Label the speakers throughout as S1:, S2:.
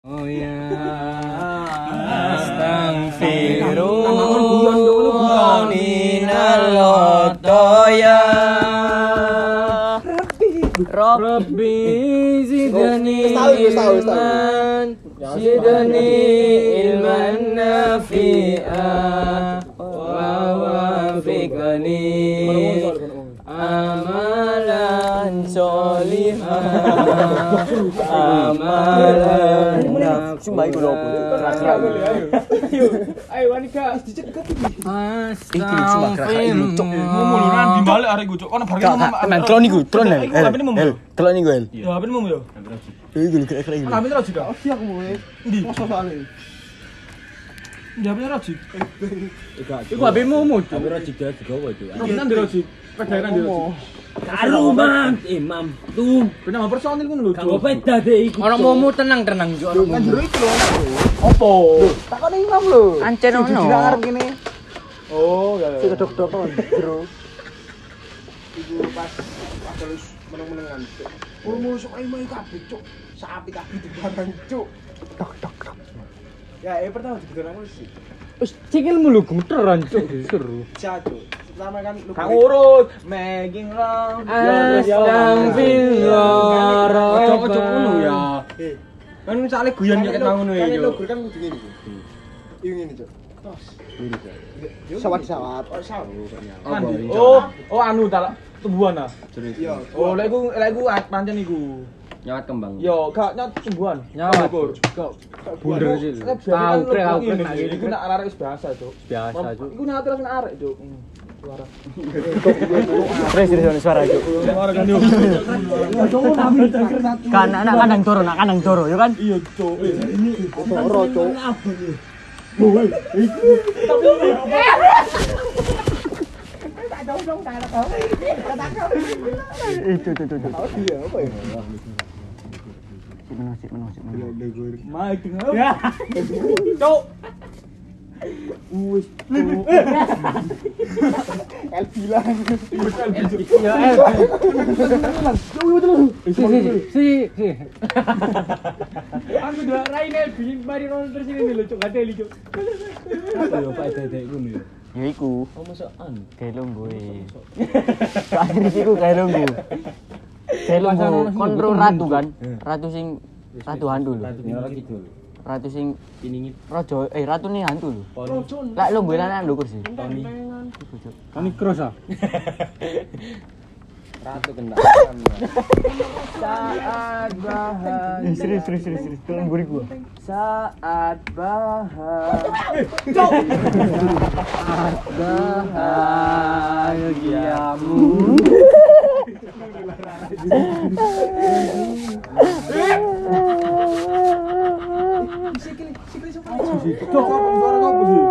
S1: Oh, Astaghfirullah minal khotoya Rabbi zidni
S2: Ustawi, ustawi, ustawi.
S1: ilman
S2: Ya,
S1: Zidni
S2: ustawi.
S1: ilman nafi'a Wa wafiqni Amalan solihah Amalan
S3: Sumpah, itu loh, Bu.
S2: Ayo Anika, dicegat iki.
S1: Astagfirullah
S4: Muluran dibalik arek gue, Cok. Ono barang
S3: Kak, kak, men, telon iku, telon El.
S4: Iku HP-ne mum.
S3: El, telon iku El.
S4: Ya HP-ne mum yo.
S3: Yo, iku lho, kira-kira iku.
S4: Ono HP-ne Roji kak.
S2: Oke aku mau.
S4: Ndi?
S2: Masa soalnya.
S4: Ndi HP-ne Roji.
S1: Iku HP-mu mut.
S5: Kamera juga digawa juga.
S4: Rojinan di Roji. Pedaeran di Roji.
S5: Aduh, Mam. Eh, Mam. Tuh,
S4: Ben nama personil ngono lho.
S5: kanggo beda deh iku.
S1: Ono momo tenang-tenang yo ono.
S2: Kan jero iki lho.
S4: Opo?
S2: Takone imam lho.
S1: Ancen ono.
S2: Jujur ngarep kene.
S4: Oh, ya.
S2: Sik dok-dokan jero. Iku pas pas terus meneng-menengan. Urmu sok ae mai kabeh, Cuk. Sapi kabeh dibarang, Cuk. Dok dok dok. Ya, eh pertama digerak aku sih.
S1: Wis cikilmu lho gemeteran cuk seru.
S2: Jatuh. Pertama kan lu
S4: Kang urut, making love.
S5: Ya,
S1: Astagfirullah
S4: Ojo-ojo ngono ya.
S1: Rabbana
S4: Kan misale guyon nek nang ngono
S2: Kan
S4: iki, Cok.
S2: lu kan kudu ngene. Cuk. Iki ngene, Iya, Cuk. Tos. Sawat-sawat. Oh, sawat.
S4: Kan di- Oh, oh anu talak tumbuhan ah.
S2: Iya.
S4: Oh, lek iku lek iku at- pancen iku.
S5: Nyawat kembang.
S4: Yo, gak nyat tumbuhan.
S1: Nyawat.
S4: Syukur. Gak-
S1: Bunder sih.
S4: Lek biasa kan
S1: Tahu
S4: lu
S1: krek aku
S4: ngene,
S1: krek
S4: Cok. Iku nak arek wis biasa, Cok.
S1: biasa cuk.
S4: Iku nak terus nak arek, Cok. Hmm. Suara.
S3: Terus terus ono suara iku.
S4: Suara kan yo.
S3: Kan anak kandang toro, anak kandang toro, yo kan.
S4: Iya, Cok.
S2: Ora, Cuk.
S3: Itu itu itu.
S2: Iya, apa ya?
S3: Sik menung, sik menung, sik menung.
S4: Mike. Cok.
S2: El bilang.
S1: Ya eh. Si si si si. Aku udah raine bikin mari nonton terus ini lho cuk gak teli cuk.
S5: Apa yo Pak Dedek iku yo.
S3: Ya iku,
S5: Oh, masuk an.
S3: gawe lungguh. Akhir iku gawe lungguh. Gawe lungguh. Kon ro ratu kan?
S5: Eh.
S3: Ratu sing ratu hantu lho.
S5: Nyawat kidul.
S3: Ratu sing
S5: Piningit
S3: rojo eh ratu nih hantu lho.
S5: pon.
S3: Lek lungguh lan lho kursi.
S5: Tony.
S3: Iku, Cuk.
S1: Kami cross ah.
S5: Ratu kendaraan.
S4: Saat bahagia.
S3: Eh, Serius, serius, serius, serius. Tolong gue gua.
S4: Saat bahagia. Saat
S1: Ah,
S4: bahagiamu. Cok, suara apa sih?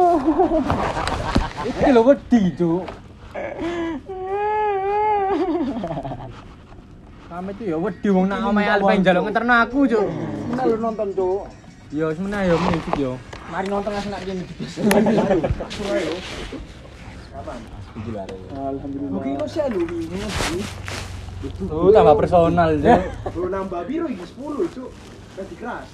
S1: Iki lho wedi cuk. Kami tuh ya wedi wong nak omahe alpen njaluk ngeterno aku cuk.
S2: Nah, lu nonton, Cuk.
S1: Ya wis menah ya musik ya.
S2: Mari nonton asal nak gini.
S5: Kidul arek.
S2: Alhamdulillah. Oke, kok sih lu ini.
S1: Tuh tambah personal cuk.
S2: Lu nambah biru iki 10, Cuk. Tadi keras.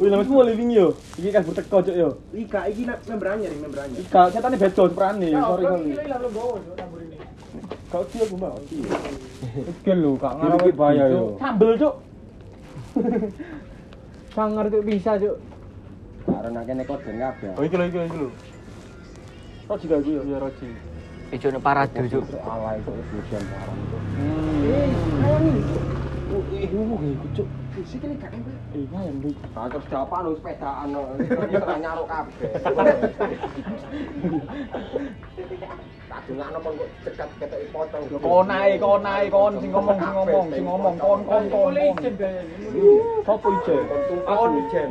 S4: Wih, lama semua living yo. Iki kan teko cok yo.
S2: Ika iki nak member anyar, member anyar.
S4: Ika, setan bedo perane. Sorry, sorry. Kau dia gue mau.
S1: Gel lho kak ngarawat bahaya yo.
S4: Sambel cok.
S1: Sangar cuk bisa cuk.
S5: Karo nak kene koden kabeh.
S4: Oh, iki lho, iki lho, iki lho. Roji gak gue ya? Iya, Roji.
S3: Ijo nek parade cuk.
S5: Awal itu hujan barang itu.
S1: Iya, Oh, eh, gitu,
S2: Sik ini gak ember.
S5: Kacau sedapan lu sepedaan lu. Kita nyaruk kabeh. Tak dongakno mong kok cekat ketoki potong.
S4: Konai, konai, kon sing ngomong, sing ngomong, sing ngomong, kon, kon, kon. kon.
S2: eh.
S4: Sopo ijen?
S5: Kon
S4: ijen.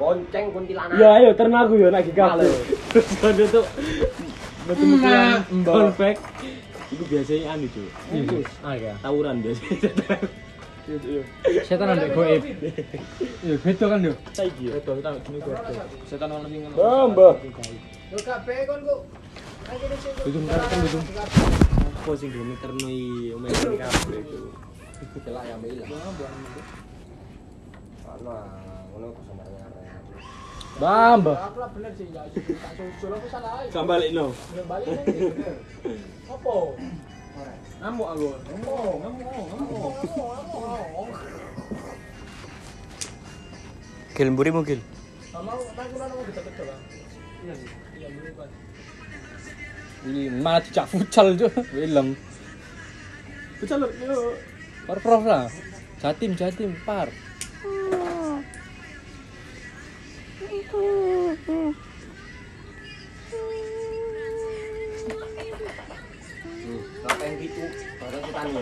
S5: Bonceng kuntilanak.
S4: Ya ayo terna aku yo lagi kabeh.
S1: Golback.
S5: Itu biasanya anu cuy. Tawuran biasanya.
S1: Setan ndek goib. Ya beda kan yo.
S4: Mbah.
S2: Lu kabeh kon kok.
S1: Dudung kan dudung.
S5: Apa sing gelem ternoi omehe kabeh itu. Celak ya mbak ilang. nah ngono aku sebenarnya
S1: Bamba.
S4: Aku lah bener sih, ya. Tak sojol, aku salah aja.
S1: Kembali no.
S4: Bener balik nanti, bener. Apa?
S1: Ngamuk aku.
S4: Ngomong, ngomong, ngomong, ngomong, ngomong.
S3: Gil mburi mungkin.
S4: Gak mau, tak kurang aku gedek-gedek, Bang. Iya, bener, Bang.
S1: Ini malah dijak futsal tuh. Film. Futsal yo. Parprov lah. Jatim jatim par.
S5: sampai gitu baru kita nih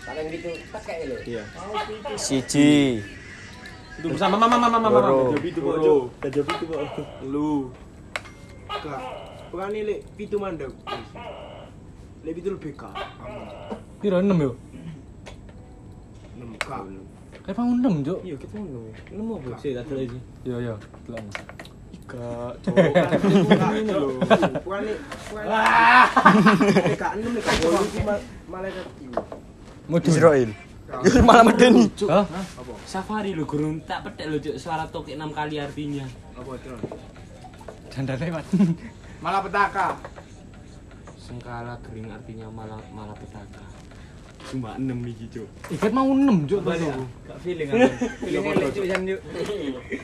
S5: sampai gitu tak kayak lo
S1: Iya.
S3: Siji.
S1: Itu bersama mama mama mama mama.
S3: Loro.
S1: Jadi itu kok. Jo. Jadi itu kok. Lu.
S2: Gak. Bukan ini lek pitu mandek. Lek pitu lebih gak.
S1: Piro 6 yo?
S2: Enam gak.
S1: Kayak bangun 6, Jo.
S2: Iya kita ngono.
S1: Nemu apa sih ada lagi? Yo yo. Belum.
S2: Gak. Cowok kan Bukan ini lho. Bukan ini. Bukan ini. Lek gak enam lek gak bolu iki mal- malaikat iki.
S1: Mudun.
S3: Israel. Israel malah medeni.
S1: Hah?
S6: Safari lu gurung tak petek lu Cuk. suara tokek 6 kali artinya.
S2: Apa itu?
S1: Janda lewat.
S2: Malah petaka.
S6: Sengkala gering artinya malah malah petaka. Cuma 6 iki, Cuk.
S1: Ikat mau 6, Jo. tuh, Jo.
S6: Gak feeling aku. Feeling foto, Cuk.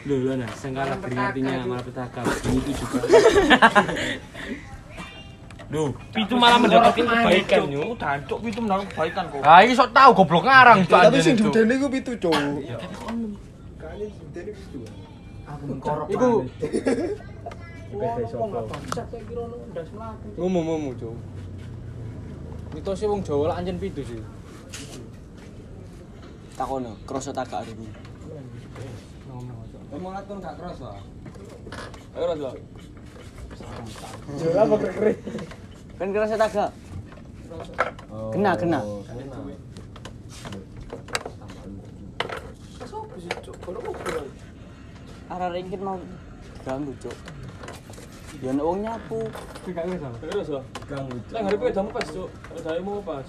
S6: Lu lu nah, sengkala gering artinya malah petaka. Ini itu juga. Duh, itu malah mendapatkan kebaikan, Cuk.
S4: Dancuk, itu menang kebaikan kok.
S1: Ah, iki sok tau goblok ngarang, Ah, Jo. anjene,
S5: tapi sing
S1: Jo.
S5: dudene iku pitu cowok
S1: iya.
S2: Kali jadi pitu. Aku
S1: Iku
S2: koropan.
S1: ngomong ngomong Jo. Mitosnya wong Jawa lah anjen pitu sih.
S3: Takono, kroso tagak aku.
S5: Emang latun gak kerasa?
S3: Ayo ras lah. Jola apa keren? Kan kerasa tagak. Kena kena. Arah ringkit kan mau diganggu, Cuk. Ya nek wong nyapu.
S1: Terus lah. Lah ngarepe jamu pas, Cuk. Jamu pas.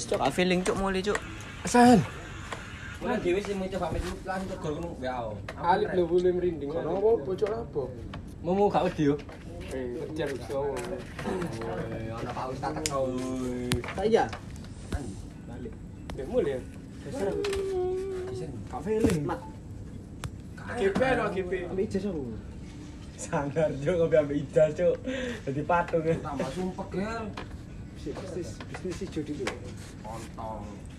S3: Cuk, feeling Cuk muli, Cuk.
S5: Mana dewe sih mau coba metu lan tegol ngono ya.
S1: oh.
S2: Alip lho boleh merinding. Ono apa bocok apa?
S1: Mau gak wedi yo.
S2: Eh, jar iso.
S5: Ono Pak Ustaz teko.
S2: Saya. Balik. Ya mulai. Kafe link. GP no GP. Ambil ijazah aku.
S1: Sanggar Jo ngopi ambek Ida, Cuk. Dadi patung.
S5: Tambah sumpek ya.
S2: Bisnis bisnis si judi itu.
S5: Kontong.